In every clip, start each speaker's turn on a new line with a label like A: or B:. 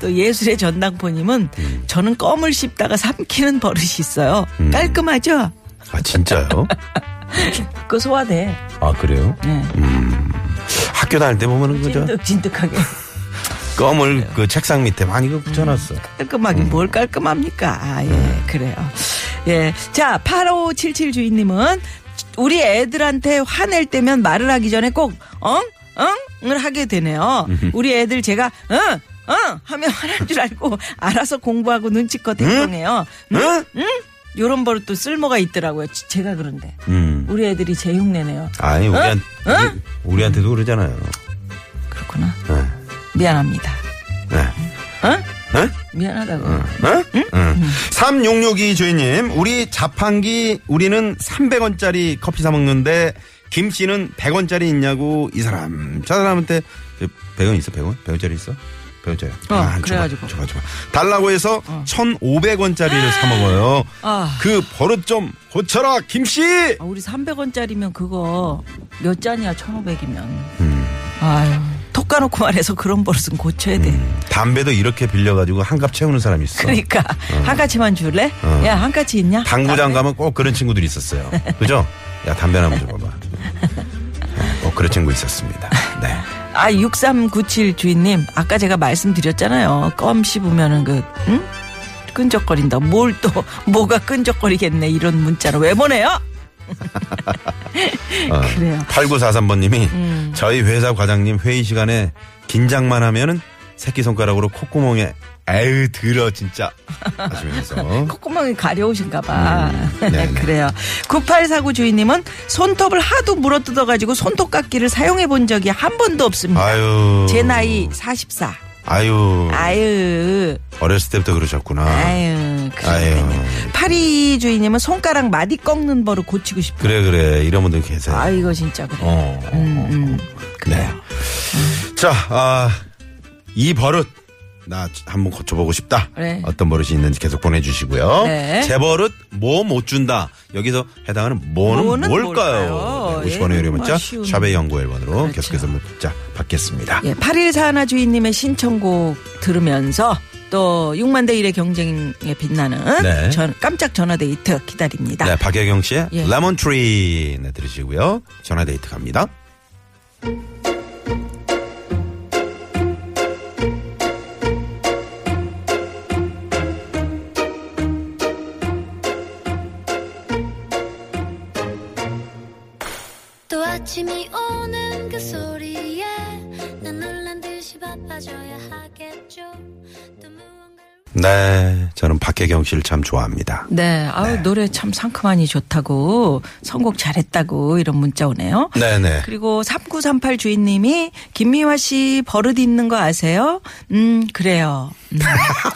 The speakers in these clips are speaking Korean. A: 또 예술의 전당포님은
B: 음.
A: 저는 껌을 씹다가 삼키는 버릇이 있어요. 깔끔하죠?
B: 아, 진짜요?
A: 그거 소화돼.
B: 아, 그래요?
A: 예.
B: 학교 다닐 때 보면은 그저
A: 찐득, 찐득하게.
B: 껌을 그 책상 밑에 많이 그 붙여놨어.
A: 깔끔하긴 뭘 깔끔합니까? 아, 예, 그래요. 예. 자, 8577 주인님은 우리 애들한테 화낼 때면 말을 하기 전에 꼭, 응? 응?을 하게 되네요. 우리 애들 제가, 응? 응? 하면 화날 줄 알고 알아서 공부하고 눈치껏 행동해요. 응?
B: 응?
A: 요런 버릇도 쓸모가 있더라고요. 지- 제가 그런데.
B: 음.
A: 우리 애들이 제 흉내네요.
B: 아니, 우리한, 우리, 우리한테도 그러잖아요.
A: 그렇구나.
B: 네.
A: 미안합니다.
B: 네.
A: 응?
B: 네?
A: 미안하다고.
B: 응? 네? 응. 3662 주인님, 우리 자판기 우리는 300원짜리 커피 사 먹는데 김 씨는 100원짜리 있냐고 이 사람. 저 사람한테 100원 있어? 100원? 100원짜리 있어? 100원짜리. 아,
A: 어,
B: 줘봐,
A: 그래가지고. 어.
B: 줘봐, 줘봐. 달라고 해서 1,500원짜리를 사 먹어요.
A: 아.
B: 그 버릇 좀 고쳐라, 김 씨!
A: 아, 우리 300원짜리면 그거 몇 잔이야, 1,500이면.
B: 음.
A: 아유, 톡 까놓고 말해서 그런 버릇은 고쳐야 돼.
B: 음. 어. 담배도 이렇게 빌려가지고 한갑 채우는 사람이 있어. 어.
A: 그러니까, 한 가지만 줄래? 야, 한 가지 있냐?
B: 당구장 가면 꼭 그런 친구들이 있었어요. 그죠? 야, 담배 한번 줘봐봐. 네, 꼭 그런 친구 있었습니다. 네.
A: 아, 6397 주인님, 아까 제가 말씀드렸잖아요. 껌 씹으면은 그, 응? 끈적거린다. 뭘 또, 뭐가 끈적거리겠네. 이런 문자를 왜 보내요?
B: 어.
A: 그래요.
B: 8943번님이
A: 음.
B: 저희 회사 과장님 회의 시간에 긴장만 하면은 새끼손가락으로 콧구멍에 에휴 들어 진짜 하시면서
A: 콧구멍이 가려우신가 봐.
B: 음, 네네.
A: 그래요. 9849 주인님은 손톱을 하도 물어뜯어가지고 손톱깎이를 사용해 본 적이 한 번도 없습니다.
B: 아유
A: 제 나이 44.
B: 아유
A: 아유,
B: 어렸을 때부터 그러셨구나
A: 아유,
B: 아유.
A: 그래요. 파리 주인님은 손가락 마디 꺾는 버릇 고치고 싶어.
B: 그래 그래 이런 분들 계세요
A: 아, 이거 진짜 그래.
B: 어.
A: 그래요.
B: 네. 자, 아, 이 버릇 나 한번 고쳐보고 싶다.
A: 그래.
B: 어떤 버릇이 있는지 계속 보내주시고요.
A: 네.
B: 제 버릇 뭐 못 준다. 여기서 해당하는 뭐는,
A: 뭐는
B: 뭘까요?
A: 뭘까요?
B: 네, 50원의 유료
A: 예,
B: 문자,
A: 쉬운.
B: 샵의 연구 앨번으로
A: 그렇죠.
B: 계속해서 문자 받겠습니다.
A: 예, 8141 주인님의 신청곡 들으면서 또 6만 대 1의 경쟁에 빛나는
B: 네.
A: 전, 깜짝 전화데이트 기다립니다.
B: 네, 박혜경 씨의
A: 예.
B: 레몬트리 네, 들으시고요. 전화데이트 갑니다.
C: 또 아침이 오는 그 소리에 난 놀란 듯이 바빠져야 하겠죠 또 무언가를
B: 네, 저는 박혜경 씨를 참 좋아합니다.
A: 네, 아우 노래 참 상큼하니 좋다고 선곡 잘했다고 이런 문자 오네요.
B: 네네.
A: 그리고 3938 주인님이 김미화 씨 버릇 있는 거 아세요? 음, 그래요. 음,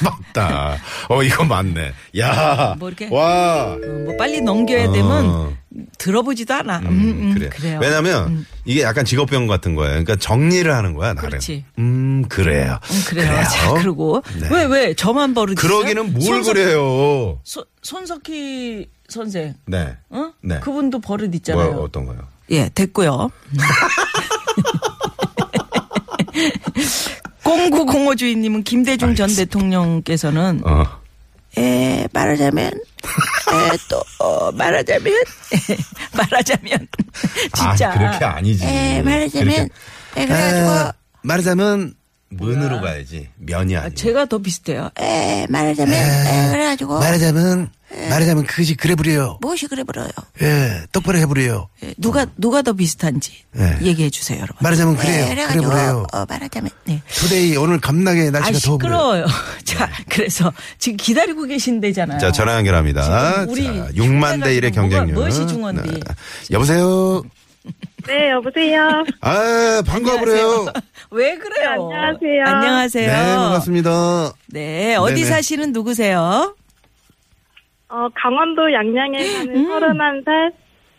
B: 맞다. 어, 이거 맞네. 야.
A: 뭐 이렇게?
B: 와.
A: 뭐 빨리 넘겨야
B: 어.
A: 되면 들어보지도 않아. 음, 음, 그래요.
B: 왜냐면 이게 약간 직업병 같은 거예요. 그러니까 정리를 하는 거야, 나는.
A: 그렇지.
B: 음, 그래요.
A: 음, 그래요. 자, 그리고
B: 네.
A: 왜 왜 저만 버릇
B: 그러기는 뭘
A: 있어요? 손석-
B: 그래요?
A: 손- 손석희 선생.
B: 네.
A: 어?
B: 네.
A: 그분도 버릇
B: 뭐
A: 있잖아요.
B: 어떤 거요?
A: 예, 됐고요. 0905 주인님은 김대중 전 대통령께서는
B: 어.
A: 에, 말하자면 에, 또 어, 말하자면 에, 말하자면 진짜
B: 아, 그렇게 아니지.
A: 에, 말하자면
B: 그렇게.
A: 에, 그래가지고
B: 에, 말하자면 면으로 가야지. 면이 아니고.
A: 제가 더 비슷해요. 에 말하자면 에, 네, 그래가지고
B: 말하자면 말하자면 그것이 그래 부려요.
A: 무엇이 그래 불어요.
B: 예, 똑바로 해 부려요.
A: 뭐? 에, 누가 누가 더 비슷한지
B: 예.
A: 얘기해 주세요, 여러분.
B: 말하자면 그래요.
A: 에,
B: 그래 불어요.
A: 어, 말하자면 네.
B: 투데이 오늘 겁나게
A: 아
B: 날씨가 더워. 불어요. 네.
A: 시끄러워요. 자 그래서 지금 기다리고 계신데잖아요.
B: 자, 전화 연결합니다.
A: 지금 우리
B: 자, 6만 대
A: 중간에
B: 1의
A: 가지고
B: 경쟁률. 네.
A: 뭐가 무엇이 중요한데.
B: 여보세요.
D: 네, 여보세요.
B: 아, 반가워요.
A: 왜 그래요?
D: 네, 안녕하세요.
B: 네,
A: 안녕하세요.
B: 반갑습니다.
A: 네, 어디
B: 네네.
A: 사시는 누구세요?
D: 어, 강원도 양양에 사는 서른한 살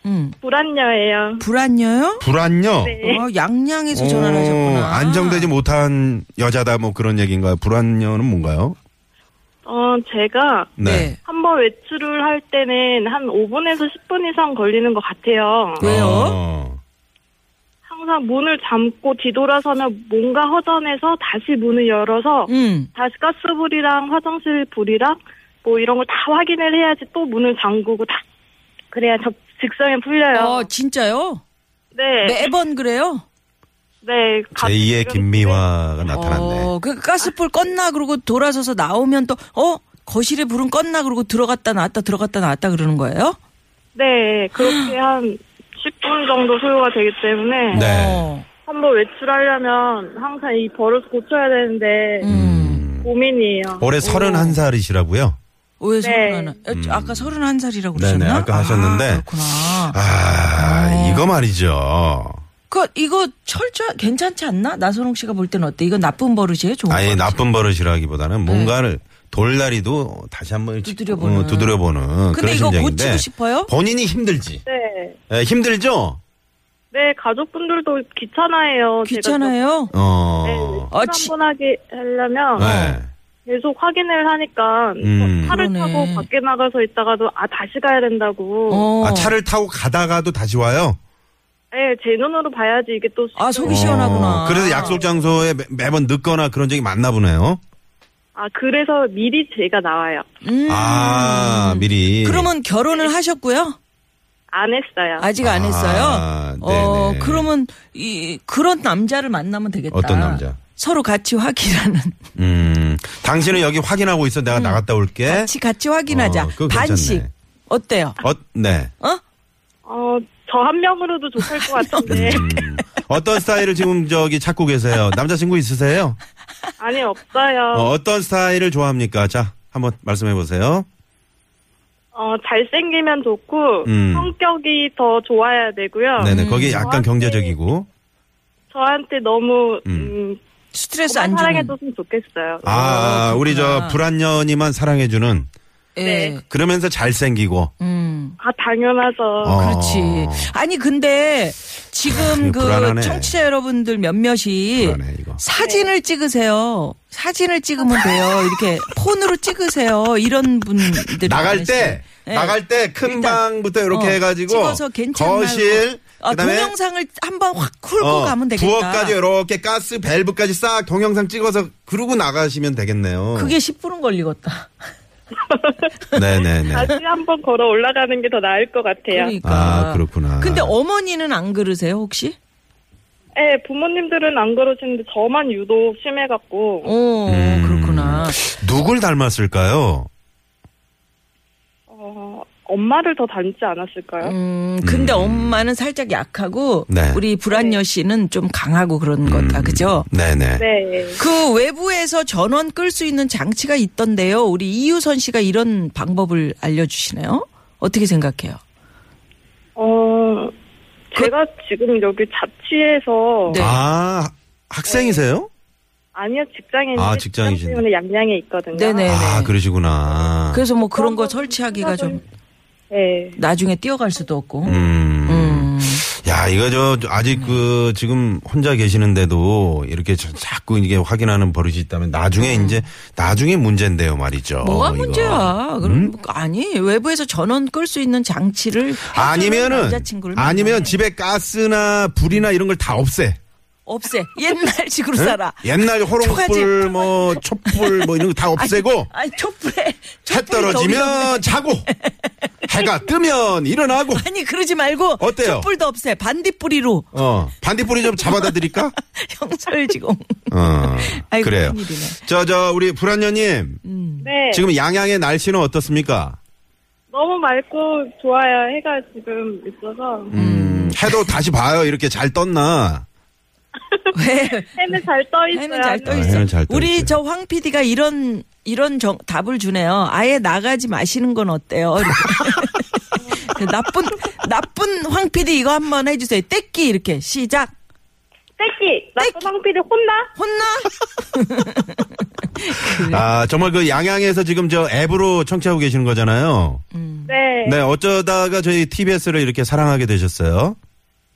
A: 음,
D: 불안녀예요.
A: 불안녀요?
B: 불안요.
A: 어,
D: 네.
A: 양양에서
B: 오,
A: 전화를 하셨구나.
B: 안정되지 못한 여자다 뭐 그런 얘기인가요? 불안요는 뭔가요?
D: 어, 제가
B: 뭐-
A: 네.
D: 한 번 외출을 할 때는 한 5분에서 10분 이상 걸리는 것 같아요.
A: 왜요?
B: 어.
D: 항상 문을 잠고 뒤돌아서면 뭔가 허전해서 다시 문을 열어서
A: 음.
D: 다시 가스불이랑 화장실 불이랑 뭐 이런 걸 다 확인을 해야지 또 문을 잠그고 다 그래야 접, 직성이 풀려요.
A: 어, 진짜요?
D: 네, 네,
A: 매번 그래요? 아,
D: 가-
B: 제2의 김미화가 나타났네.
A: 어, 그 가스불 껐나 그러고 돌아서서 나오면 또 어, 거실에 불은 껐나 그러고 들어갔다 나왔다 들어갔다 나왔다 그러는 거예요?
D: 네, 그렇게 한 10분 정도 소요가 되기 때문에
B: 네.
A: 어.
D: 한번 외출하려면 항상 이 버릇 고쳐야 되는데
A: 음.
D: 고민이에요.
B: 올해 31살이시라고요?
A: 왜
D: 네.
A: 서른하나? 아까 서른한 살이라고
B: 음. 네네,
A: 그러셨나?
B: 아까 하셨는데.
A: 아, 그렇구나.
B: 아,
A: 어.
B: 이거 말이죠.
A: 그 이거 철저 괜찮지 않나? 나선홍 씨가 볼 때는 어때? 이건 나쁜 버릇이에요, 좋은
B: 아예
A: 버릇?
B: 나쁜 버릇이라기보다는 뭔가를 돌다리도 다시 한번
A: 두드려보는.
B: 어, 두드려보는
A: 근데
B: 그런
A: 이거
B: 심정인데
A: 고치고 싶어요?
B: 본인이 힘들지.
D: 네,
B: 예, 힘들죠?
D: 네 가족분들도 귀찮아요.
A: 귀찮아요.
B: 어.
A: 아,
D: 제가
A: 지-
D: 한번 하게 하려면
B: 네.
D: 계속 확인을 하니까
B: 음.
D: 차를
A: 그러네.
D: 타고 밖에 나가서 있다가도 아 다시 가야 된다고.
A: 어.
B: 아, 차를 타고 가다가도 다시 와요?
D: 네, 제 눈으로 봐야지 이게 또 네.
A: 아, 속이
D: 시끄러워.
A: 시원하구나.
B: 어, 그래서 약속 장소에 매- 매번 늦거나 그런 적이 많나 보네요.
D: 아 그래서 미리 제가 나와요.
A: 음.
B: 아, 미리.
A: 그러면 결혼을 하셨고요?
D: 안 했어요.
A: 아직 안
B: 예. 아,
A: 했어요. 어,
B: 네네.
A: 그러면 이 그런 남자를 만나면 되겠다.
B: 어떤 남자?
A: 서로 같이 확인하는.
B: 음. 당신은 여기 확인하고 있어.
A: 음.
B: 내가 나갔다 올게.
A: 같이 같이 확인하자.
B: 어, 그거 괜찮네.
A: 반씩. 어때요?
B: 어, 네.
A: 어?
D: 어저 한 명으로도 좋을 것 같은데
A: 네.
B: 음. 어떤 스타일을 지금 저기 찾고 계세요? 남자친구 있으세요?
D: 아니 없어요.
B: 어, 어떤 스타일을 좋아합니까? 자, 한번 말씀해 보세요.
D: 어, 잘생기면 좋고,
B: 음.
D: 성격이 더 좋아야 되고요.
A: 어. 음.
B: 네네. 거기 약간
D: 저한테-
B: 경제적이고.
D: 저한테 너무,
B: 음.
D: 음,
A: 스트레스
D: 정말
A: 안 주는.
D: 사랑해줬으면 좋겠어요.
B: 아,
A: 어,
B: 우리 저
A: 그렇구나.
B: 불안년이만 사랑해주는.
A: 예.
D: 네.
B: 그러면서 잘생기고.
A: 음.
D: 아, 당연하죠.
B: 어.
A: 그렇지. 아니 근데 지금
B: 이거
A: 그
B: 불안하네.
A: 청취자 여러분들 몇몇이
B: 불안해, 이거.
A: 사진을
D: 네.
A: 찍으세요. 사진을 찍으면 돼요. 이렇게 폰으로 찍으세요. 이런 분들이
B: 나갈 때,
A: 많으시죠. 네.
B: 나갈 때 큰
A: 일단,
B: 방부터 이렇게
A: 어,
B: 해가지고.
A: 찍어서 괜찮나요?
B: 거실.
A: 아,
B: 그다음에
A: 동영상을 한번 확 훑고
B: 어,
A: 가면 되겠다.
B: 부엌까지 이렇게 가스 밸브까지 싹 동영상 찍어서 그러고 나가시면 되겠네요.
A: 그게 10분은 걸리겠다.
B: 네네네.
D: 다시 한번 걸어 올라가는 게 더 나을 것 같아요.
A: 그러니까.
B: 아, 그렇구나.
A: 근데 어머니는 안 그러세요, 혹시?
D: 네, 부모님들은 안 그러시는데 저만 유독 심해갖고,
A: 오,
B: 음.
A: 어, 그렇구나.
B: 누굴 닮았을까요?
D: 어, 엄마를 더 닮지 않았을까요?
A: 음, 근데 엄마는 살짝 약하고
B: 네. 음.
A: 우리 불안녀 씨는 좀 강하고 그런 거다. 그죠?
B: 네네.
D: 네.
A: 그 외부에서 전원 끌 수 있는 장치가 있던데요. 우리 이유선 씨가 이런 방법을 알려주시네요. 어떻게 생각해요?
D: 어, 제가 지금 여기 자취해서,
A: 그- 네.
B: 아, 학생이세요?
D: 아니요, 직장인데,
B: 아, 직장이신데.
D: 때문에 양양에 있거든요.
A: 네네.
B: 아, 그러시구나.
A: 그래서 뭐 그런 거 설치하기가 좀
D: 네.
A: 나중에 뛰어갈 수도 없고.
B: 음.
A: 음.
B: 야, 이거 저, 저 아직 그, 지금 혼자 계시는데도 이렇게 자- 자꾸 이게 확인하는 버릇이 있다면 나중에 이제, 나중에 문제인데요 말이죠.
A: 음. 뭐가
B: 이거.
A: 문제야? 그럼
B: 음?
A: 뭐- 아니 외부에서 전원 끌 수 있는 장치를 해주는
B: 아니면은,
A: 남자친구를
B: 아니면
A: 만나야 돼.
B: 집에 가스나 불이나 이런 걸 다 없애.
A: 없애. 옛날식으로 살아.
B: 옛날
A: 초가집.
B: 호롱불 뭐 촛불 뭐 이런 거 다 없애고
A: 아니, 촛불에.
B: 해
A: 촛불이 더 위험해.
B: 떨어지면 자고 해가 뜨면 일어나고
A: 아니, 그러지 말고.
B: 어때요?
A: 촛불도 없애. 반딧불이로.
B: 어 반딧불이 좀 잡아다 드릴까?
A: 형설지공.
B: 어
A: 아이고,
B: 그래요.
A: 큰일이네.
B: 저 저 우리 불안녀님
D: 네.
B: 지금 양양의 날씨는 어떻습니까?
D: 너무 맑고 좋아요. 해가 지금 있어서.
B: 음 해도 다시 봐요 이렇게 잘 떴나?
A: 왜?
D: 해는 잘 떠 있어요.
A: 해는 잘 떠
B: 아,
A: 있어.
B: 해는 잘떠
A: 우리
B: 있어요.
A: 저 황 PD가 이런 이런 정, 답을 주네요. 아예 나가지 마시는 건 어때요? 그 나쁜 나쁜 황 PD 이거 한번 해주세요. 떼끼 이렇게 시작.
D: 떼끼! 네. 나쁜 황피디 혼나?
A: 혼나?
B: 아 정말 그 양양에서 지금 저 앱으로 청취하고 계시는 거잖아요.
D: 네.
B: 네 어쩌다가 저희 TBS를 이렇게 사랑하게 되셨어요?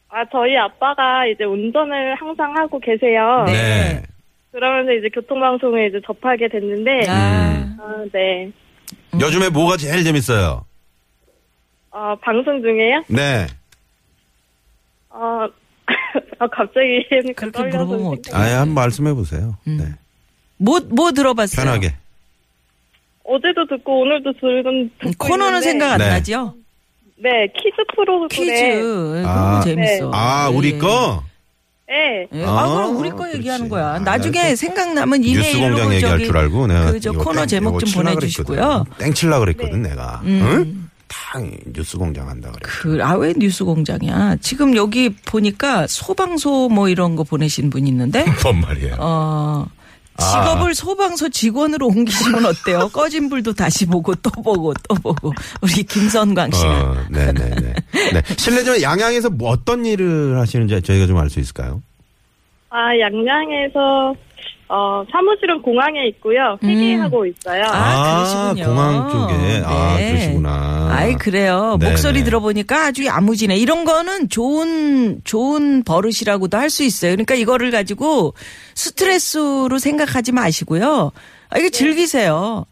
D: 아, 저희 아빠가 이제 운전을 항상 하고 계세요.
B: 네.
D: 그러면서 이제 교통방송을 이제 접하게
B: 음.
D: 됐는데,
A: 아,
D: 아, 네.
A: 음.
B: 요즘에 뭐가 제일 재밌어요?
D: 어, 방송 중에요?
B: 네.
D: 어, 아, 갑자기 그러니까
A: 그렇게
D: 떨려서
A: 물어보면
D: 지금.
B: 아예 한 말씀해 보세요.
A: 음.
B: 네.
A: 뭐, 뭐 들어봤어요?
B: 편하게.
D: 어제도 듣고 오늘도 들은
A: 음,
D: 듣고
A: 코너는
D: 있는데,
A: 생각 안
B: 네.
A: 나죠?
D: 네 퀴즈 프로그램
A: 퀴즈. 그거
B: 아.
A: 재밌어.
B: 아, 우리
A: 예.
B: 거?
D: 네
A: 예. 아,
B: 아,
A: 그럼 우리 거
B: 그렇지.
A: 얘기하는 거야.
B: 아,
A: 나중에
B: 또
A: 생각나면
B: 뉴스
A: 이메일로
B: 공장
A: 저기
B: 얘기할 줄 알고 내가.
A: 그저
B: 이거
A: 코너
B: 땡-
A: 제목
B: 이거
A: 좀
B: 칠라
A: 보내주시고요. 네. 음.
B: 그랬거든. 땡 칠라 그랬거든, 내가. 응? 탕, 뉴스 공장 한다 그래.
A: 그, 아, 왜 뉴스 공장이야? 지금 여기 보니까 소방소 뭐 이런 거 보내신 분 있는데,
E: 뭔 말이에요?
A: 어,
B: 아.
A: 직업을 소방서 직원으로 옮기시면 어때요? 꺼진 불도 다시 보고 또 보고 또 보고. 우리 김선광 씨가.
B: 어, 네네네. 네. 실례지만 양양에서 뭐 어떤 일을 하시는지 저희가 좀 알 수 있을까요?
D: 아, 양양에서 어, 사무실은 공항에 있고요. 회계하고 있어요.
A: 아, 그러시군요.
B: 공항 쪽에. 아,
A: 네.
B: 그러시구나.
A: 아이 그래요.
B: 네네.
A: 목소리 들어보니까 아주 야무지네. 이런 거는 좋은 좋은 버릇이라고도 할 수 있어요. 그러니까 이거를 가지고 스트레스로 생각하지 마시고요. 아, 이거 즐기세요.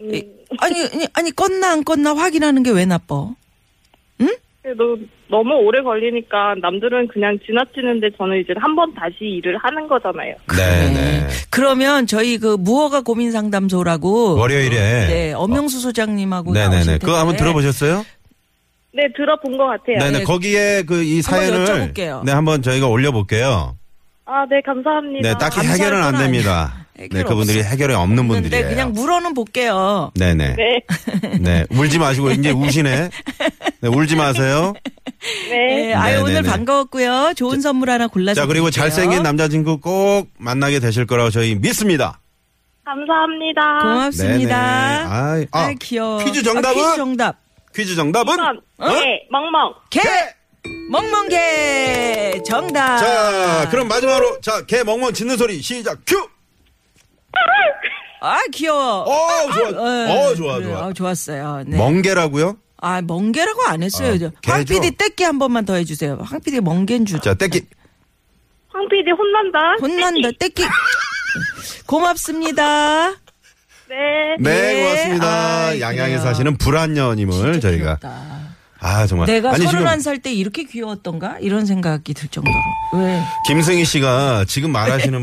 A: 이- 아니 아니, 아니 껐나 안 껐나 확인하는 게 왜 나빠?
D: 그래도 너무 오래 걸리니까 남들은 그냥 지나치는데 저는 이제 한 번 다시 일을 하는 거잖아요.
B: 네네.
A: 그러면 저희 그 무허가 고민 상담소라고
B: 월요일에.
A: 네 엄영수 소장님하고 나오실
B: 어. 네네네.
A: 텐데
B: 그거 한번 들어보셨어요?
D: 네, 들어본 것 같아요.
B: 네네.
A: 네.
B: 거기에 그 이
A: 한번
B: 사연을.
A: 여쭤볼게요.
B: 네, 한번 저희가 올려볼게요.
D: 아, 네, 감사합니다.
B: 네, 딱히
A: 감사할
B: 해결은 안
A: 건
B: 됩니다.
A: 아니에요.
B: 네,
A: 해결
B: 그분들이 해결이 없는
A: 근데
B: 분들이에요.
A: 네, 그냥 물어는 볼게요.
B: 네네.
D: 네,
B: 네, 울지 마시고 이제 우시네. 네, 울지 마세요.
D: 네.
A: 네, 아유
B: 네,
A: 오늘
B: 네, 네.
A: 반가웠고요. 좋은 선물 하나 골라서
B: 자, 그리고
A: 드릴게요.
B: 잘생긴 남자친구 꼭 만나게 되실 거라고 저희 믿습니다.
D: 감사합니다.
A: 고맙습니다.
B: 네네. 아이, 아,
A: 아이, 귀여워.
B: 퀴즈 정답은?
A: 아, 퀴즈 정답.
B: 퀴즈 정답은?
D: 이번, 네, 멍멍.
A: 개. 멍멍개 정답.
B: 자, 그럼 마지막으로, 자, 개 멍멍 짖는 소리 시작, 큐!
A: 아 귀여워.
B: 어, 좋아. 어, 좋아,
A: 그래요.
B: 좋아.
A: 아, 좋았어요. 네.
B: 멍개라고요?
A: 아 멍개라고 안 했어요.
B: 어,
A: 저.
B: 개죠.
A: 황 PD 떼끼 한 번만 더 해주세요. 황 PD 멍개인 줄.
B: 자, 떼기.
D: 황 PD 혼난다.
A: 혼난다 떼끼. 고맙습니다.
D: 네.
B: 네,
A: 예.
B: 고맙습니다.
A: 아이,
B: 양양에
A: 그래요.
B: 사시는 불안녀님을
A: 진짜
B: 저희가.
A: 귀엽다.
B: 아, 정말.
A: 내가
B: 아니, 지금
A: 31살 때 이렇게 귀여웠던가 이런 생각이 들 정도로. 왜?
B: 김승희 씨가 지금 말하시는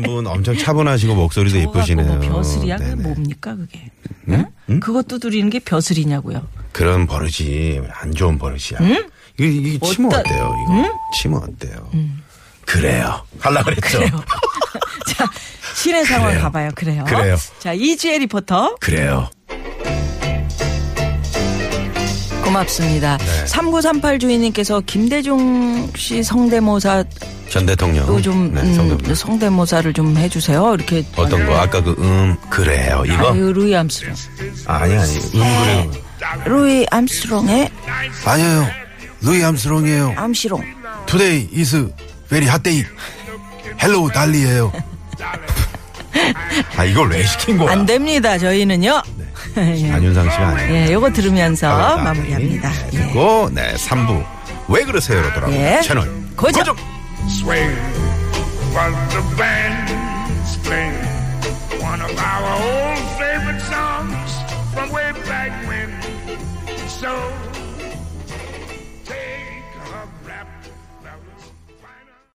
B: 분 엄청 차분하시고 목소리도
A: 저거 갖고
B: 이쁘시네요.
A: 뭐 벼슬이야? 그게
B: 네네. 음?
A: 뭡니까 그게? 응? 그것도 두리는 게 벼슬이냐고요?
B: 그런 버릇이 안 좋은 버릇이야. 이게, 이게 치모
A: 어떤-
B: 어때요? 이거 치모 어때요? 그래요. 할라 그랬죠.
A: 자, 실의 상황 가봐요. 그래요.
B: 그래요.
A: 자, 이지혜 리포터
B: 그래요.
A: 고맙습니다.
B: 네.
A: 3938 주인님께서 김대중 씨 성대모사도
B: 전 대통령.
A: 좀
B: 네,
A: 음,
B: 성대모사.
A: 성대모사를 좀 해주세요. 이렇게
B: 어떤 거? 아까 그 음, 그래요. 이거?
A: 아유, 네. 루이 암스트롱.
B: 아니, 아니. 음, 그래요.
A: 루이 암스트롱의
B: 아니에요. 루이 암스롱이에요.
A: 암시롱.
B: 투데이 이스 베리 핫데이. 헬로우 달리예요. 아, 이걸 왜 시킨 거야?
A: 안 됩니다. 저희는요. 예.
B: 안윤상 씨가 아니에요.
A: 예, 요거 들으면서
B: 네. 아,
A: 마무리합니다.
B: 네, 그리고 네 3부 네, 왜 그러세요로 돌아옵니다.
A: 예.
B: 채널
A: 고정.
B: 고정.
F: Swing.